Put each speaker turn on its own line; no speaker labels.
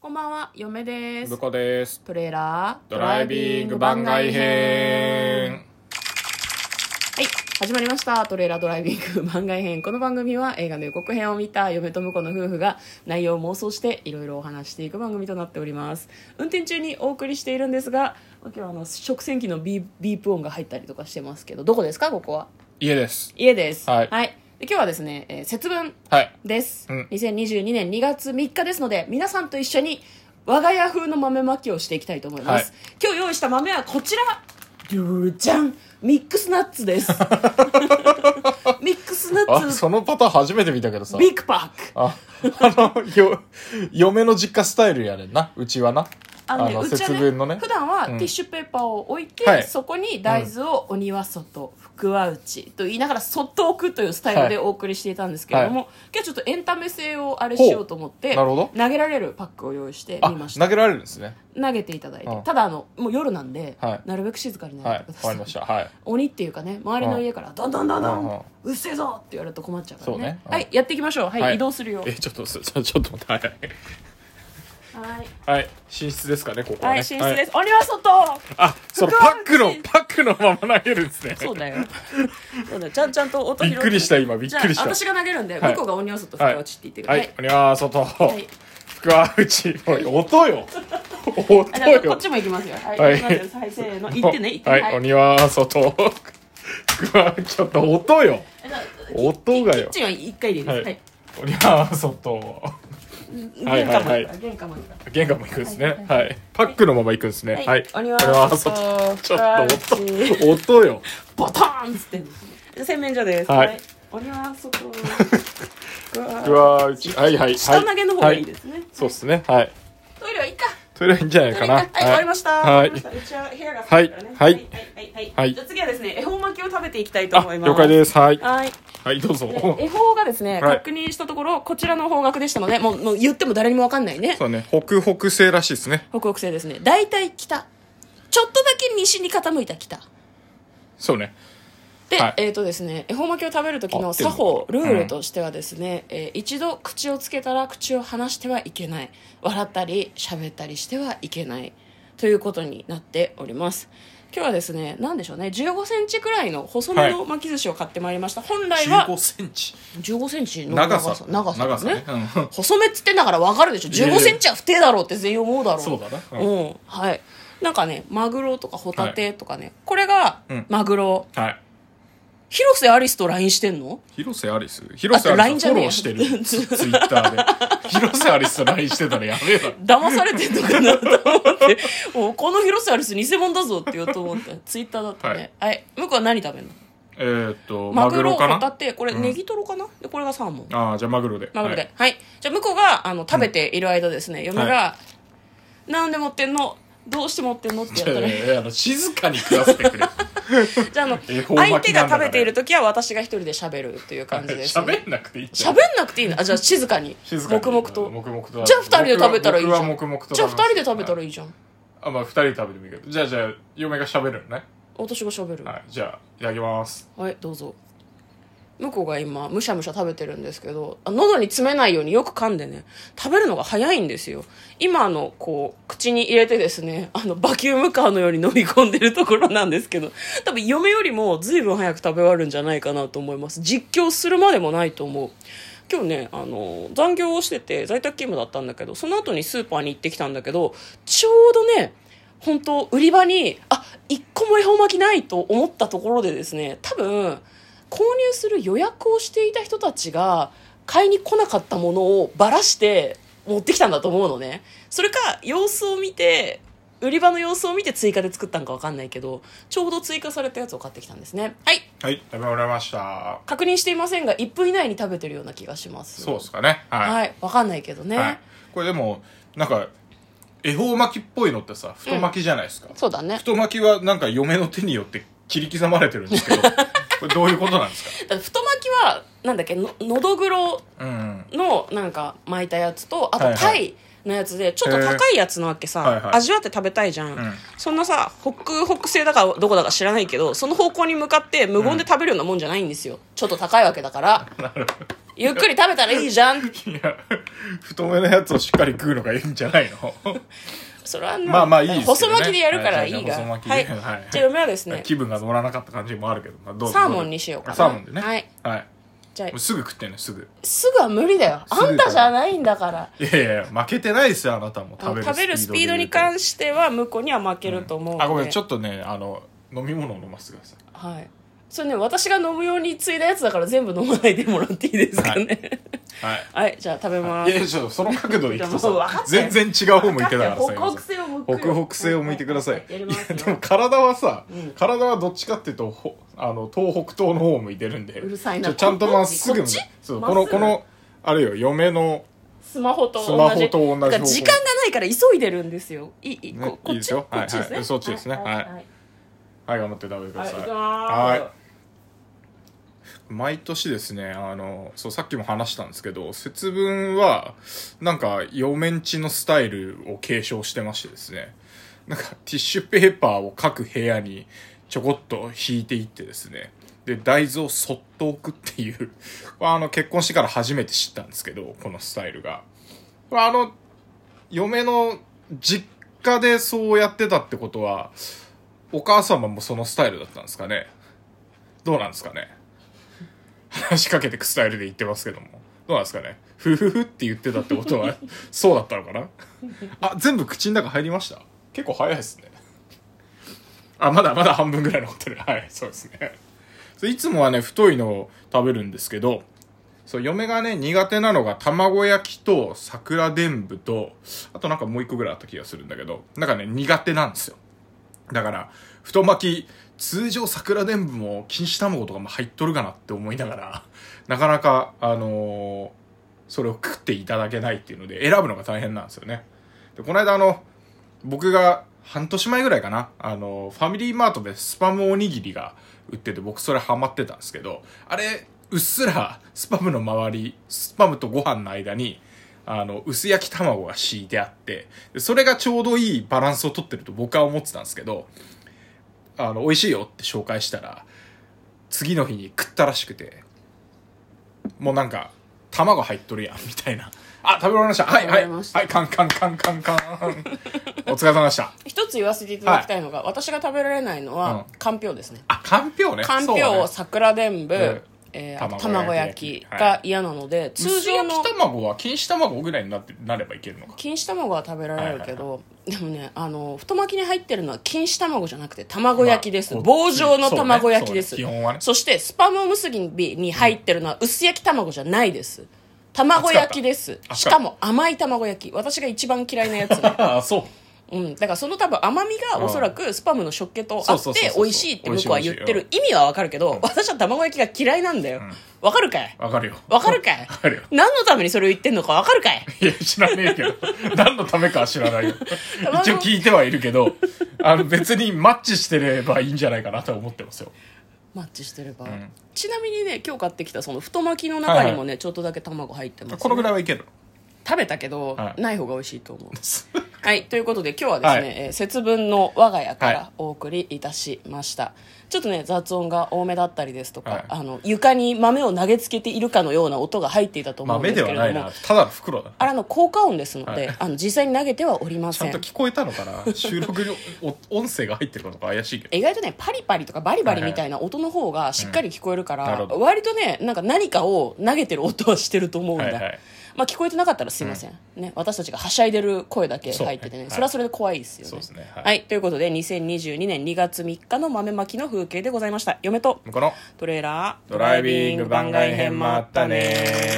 こんばんは、嫁です
ぶ。こです
トレーラード
ドライビング番外編
はい、始まりました。トレーラードライビング番外編。この番組は映画の予告編を見た嫁と婿の夫婦が内容を妄想していろいろお話していく番組となっております。運転中にお送りしているんですが、今日はあの食洗機のビービープ音が入ったりとかしてますけど、どこですかここは。
家です
家です。
はい
で今日はですね、えー節分
はい
です、
うん
2022年2月3日ですので皆さんと一緒に我が家風の豆まきをしていきたいと思います、
は
今日用意した豆はこちらじゅるじゃんミックスナッツです ミックスナッ
あ
ツ
そのパターン初めて見たけどさ
ビッグパック
ああのよ嫁の実家スタイルやれんなうちはな
あのね、
あの
うちは
節分のね
普段はテ
う
ィ
ん
ッシュペーパーを置いて、
はい
そこに大豆をお庭外、福は内と言いながらそっと置くというスタイルでお送りしていたんですけれども、今日ちょっとエンタメ性をあれしようと思って
ほうなるほど
投げられるパックを用意して
あ
みました
投げられるんですね
投げていただいて、
うん
ただあのもう夜なんで、
はい
なるべく静かにな
は
っ
い
てください、
わかりましたはい
鬼っていうかね周りの家から「どんどんどんど
うん
んうっせえぞ!」って言われると困っちゃうからね
そうねうん
はいやっていきましょうはい、
はい
移動するよ
えちょっとす ちょちょっと待ってはい
はい、
はいはい寝室ですかねここは
は
ね
い、寝室です、鬼は外
あその
服は
パックの
うち
パックのまま投げるんですね
そうだよそうだよちゃんちゃんと音拾
びっくりした今びっくりし
じゃあ
た
私が投げるんで、
はい
向こうが鬼は外福は内って言ってくだ
は
さい、
いおにゃー外
い
福は内おい音よ
あ
音
じゃあこ
よ
っちも行きますよはい、
は
行
い
きますよはいせーの行ってね行ってね
はい、お庭外。福はちょっと音よ。
えじゃあ
音が
キッ
よ
チンは一回でいいです、
は
はいい
お庭外。はい
玄関ま
は
で
い
行
は
く玄関まで行く
玄関も行くんですね。はい。パックのまま行くんですね。はい。
お庭外
ちょっと
内
音。音よ。
ボタンっつってんの洗面所です
はい
お庭外
福 は内。はいはいはい。
下投げの方がいい
は
ですね、
そうですね。はい。
トイレはいいか
トイレいいんじゃない
トイ
か
レいいかは
な。
い、終わりました
はい
終わりましたうちは部屋が
は
狭
い
いからね
はい
はいはいは
はいい
じゃあ次はですね恵方巻きを食べていきたいと
あ
思い、ます
了解ですす。はい。
はい
はい、どうぞ。
で恵方がですね、
はい
確認したところこちらの方角でしたのでもうもう言っても誰にも分かんないね
そうね、北北西らしいですね。
北北西ですね大体北ちょっとだけ西に傾いた北
そうね。
で、
はい
えっ、とですね恵方巻きを食べる時
合
の
ってる
作
の
法ルールとしてはですね、えー一度口をつけたら口を離してはいけない笑ったり喋ったりしてはいけないということになっております今日はですね何でしょうね1 5センチくらいの細めの巻き寿司を買ってまいりました、本来は
15センチ。
1 5センチの
長
長さ。
さ
長さ
長さ
ね
ね。うん
細めっつってんだから分かるでしょ
いやい
1
や
5センチは不定だろうって全員思うだろう
そうだな
う、
うんん
はいなんかねマグロとかホタテとかね、これが
うん
マグロ、
はい。
広瀬アリスと LINE してんの
広瀬アリス広瀬アリス
LINE
フォローしてるツイッターで広瀬アリスと LINE してたらやべえな
騙されてんのかなと思 ってもうこの広瀬アリス偽物だぞって言おうと思ってツイッターだったねはい、向こうは何食べるの
えーっと
マ
マ
グ
グ
ロ
ロか
ホタ
な
テこれネギトロかな、でこれがサーモン
ああじゃあマグロで
マグロで
は
はい
い、
じゃあ向こうがあの食べている間ですね、嫁が、なんで持ってんのどうして持ってんのってやったら、
いやいやいやあの静かに食わせてくれ
じゃああの
恵方巻きなんだ
相手が食べている時は私が一人で喋るっていう感じです、ね、
喋んなくていい
喋んなくていいのあじゃあ静かに
静かに
黙々と
黙々と
じゃあ二人で食べたらいいじゃん
僕は黙々と
じゃあ二人で食べたら
いい
いいじゃん、
あまあ二人で食べてもいいけどじゃあじゃあ嫁が喋るのね
私が喋るは
はいじゃあいただきます
い、どうぞ向こうが今むしゃむしゃ食べてるんですけどあ喉に詰めないようによく噛んでね食べるのが早いんですよ今あのこう口に入れてですねあのバキュームカーのように飲み込んでるところなんですけど多分嫁よりも随分早く食べ終わるんじゃないかなと思います実況するまでもないと思う今日ねあの残業をしてて在宅勤務だったんだけどその後にスーパーに行ってきたんだけどちょうどね本当売り場にあ一個も恵方巻きないと思ったところでですね多分購入する予約をしていた人たちが買いに来なかったものをばらして持ってきたんだと思うのねそれか様子を見て売り場の様子を見て追加で作ったんかわかんないけどちょうど追加されたやつを買ってきたんですねはい
はい食べ終わりました
確認していませんが1分以内に食べてるような気がします
そうですかねはい、
はい、わかんないけどね、
はいこれでもなんか恵方巻きっぽいのってさ太巻きじゃないですか、
そうだね
太巻きはなんか嫁の手によって切り刻まれてるんで すけどこれどういうことなんですか
だから太巻きはなんだっけののどぐろ
うん
のなんか巻いたやつとあ
はい
と
はい
タイのやつでちょっと高いやつなわけさ、
へーはいはい
味わって食べたいじゃん、
ん
そんなさ北北西だかどこだか知らないけどその方向に向かって無言で食べるようなもんじゃないんですよ、ちょっと高いわけだからゆっくり食べたらいいじゃん
いや太めのやつをしっかり食うのがいいんじゃないの
それはな
まあまあいいですけど、ね、
細巻きでやるからいいが
は細巻きで、
はい
はい
じゃあ嫁はですね
気分が乗らなかった感じもあるけど、まあ、どうぞ
サーモンにしようかな
サーモンでね
はい、
はい、
じゃ
もうすぐ食ってねすぐ
あすぐは無理だよ
すぐ
あんたじゃないんだから
いやいやいや負けてないですよあなたも
あの
食べる
食べるスピードに
関
関しては向こうには負けると思うので、
あごめんちょっとねあの飲み物を飲ませてください
はいそれね私が飲むようについだやつだから全部飲まないでもらっていいですかね
はい
はい、じゃあ食べます
いやいやちょっとその角度で
い
いくと
やもう分か
さ
ったよ
全然違う方向いてたから
北
さ
北西を向く
北北西を向いてください,、
はやり
い
ま
や
すよ
でも体はさ、
うん
体はどっちかっていうとほあの東北東の方を向いてるんで
うるさいな
ちょちゃんとまっすぐ
こっち
そう
まっ
こ
すぐ
のこのあれよ嫁の
スマホと同じ
スマホと同じ
だから時間がないから急いでるんですよいいい
ね
ここ
い
っ
いで
ち
すよ
こっちですね、
はいはいそっちですね
はい
はいはい頑張って食べてくだ
はい
さい、
はい
はい
いただきます
毎年ですねあのそうさっきも話したんですけど節分はなんか嫁んちのスタイルを継承してましてですねなんかティッシュペーパーを各部屋にちょこっと引いていってですねで大豆をそっと置くっていう あの結婚してから初めて知ったんですけどこのスタイルがこれあの嫁の実家でそうやってたってことはお母様もそのスタイルだったんですかねどうなんですかね話しかけてくスタイルで言ってますけどもどうなんですかねふふふって言ってたってこと はそうだったのかなあ全部口の中入りました結構早いですねあまだまだ半分ぐらい残ってるはいそうですねそういつもはね太いのを食べるんですけどそう嫁がね苦手なのが卵焼きと桜でんぶとあとなんかもう一個ぐらいあった気がするんだけどなんかね苦手なんですよだから太巻き通常桜でんぶも錦糸卵とかも入っとるかなって思いながら なかなかあのーそれを食っていただけないっていうので選ぶのが大変なんですよねでこの間あの僕が半年前ぐらいかなあのファミリーマートでスパムおにぎりが売ってて僕それハマってたんですけどあれうっすらスパムの周りスパムとご飯の間にあの薄焼き卵が敷いてあってでそれがちょうどいいバランスをとってると僕は思ってたんですけどあの美味しいよって紹介したら次の日に食ったらしくてもうなんか卵入っとるやんみたいなあ食べ終わりましたはいはい
食べ終わりました
はいカンカンカンカンカ ンお疲れ様でした
一つ言わせていただきたいのが、私が食べられないのは、
う
かんぴょうですね
あかんぴょうね
かん
そう
ぴ
だ
ょう、
ね
桜でんぶ、
うん
えーあと
卵
卵
焼
焼
き
きが嫌なので、通常の
薄焼き卵は錦糸卵ぐらいになってなればいけるのか
錦糸卵は食べられるけど、でもねあの太巻きに入ってるのは錦糸卵じゃなくて卵焼きです、
まあ
棒状の卵焼きです、
そうねそうね基本はね
そしてスパムおむすびに入ってるのは薄焼き卵じゃないです卵焼きです
た
しかも甘い卵焼き私が一番嫌いなやつ ね、
ああそう
うん、だからその多分甘みがおそらくスパムの食気とあ
そう
っ
そうそう
て
そう
美味しいって向こうは言ってる
美
意味はわかるけど私は卵焼きが嫌いなんだよわかるかい
わかるよ
わかるかい
わかるよ
何のためにそれを言ってんのかわかるかい
いや知らねえけど 何のためかは知らないよ
卵
一応聞いてはいるけどあの別にマッチしてればいいんじゃないかなと思ってますよ
マッチしてれば、
ん
ちなみにね今日買ってきたその太巻きの中にもね、
はい
ちょっとだけ卵入ってます、ね、
このぐらいはいける
食べたけど、
はい
ない方が美味しいと思う はいということで今日はですね、えー節分の我が家か
はい
らお送りいたしました、ちょっとね雑音が多めだったりですとか、
はい
あの床に豆を投げつけているかのような音が入っていたと
ま
思
あ
うんで
目
す
で
け
は
れ
な
ど
い
も、
なただの袋だな
あれあの効果音ですので、
は
あの実際に投げてはおりま
ちゃ
せ
ん
ん
と聞こえたのかな収録にお音声が入ってるかとか怪しいけど
意外とねパリパリとかバリバリみたいな音の方がしっかり聞こえるから、
うんなるほど
割とねなんか何かを投げてる音はしてると思うんだ、
はいはい
まあ、聞こえてなかったらすいません、ね、私たちがはしゃいでる声だけ入っててねそ
そうね
れはそれで怖いですよね
そうですねは
はいい、ということで2022年2月3日の豆まきの風景でございました嫁と
向こうの
トレーラード
ドライビング番外編もあったね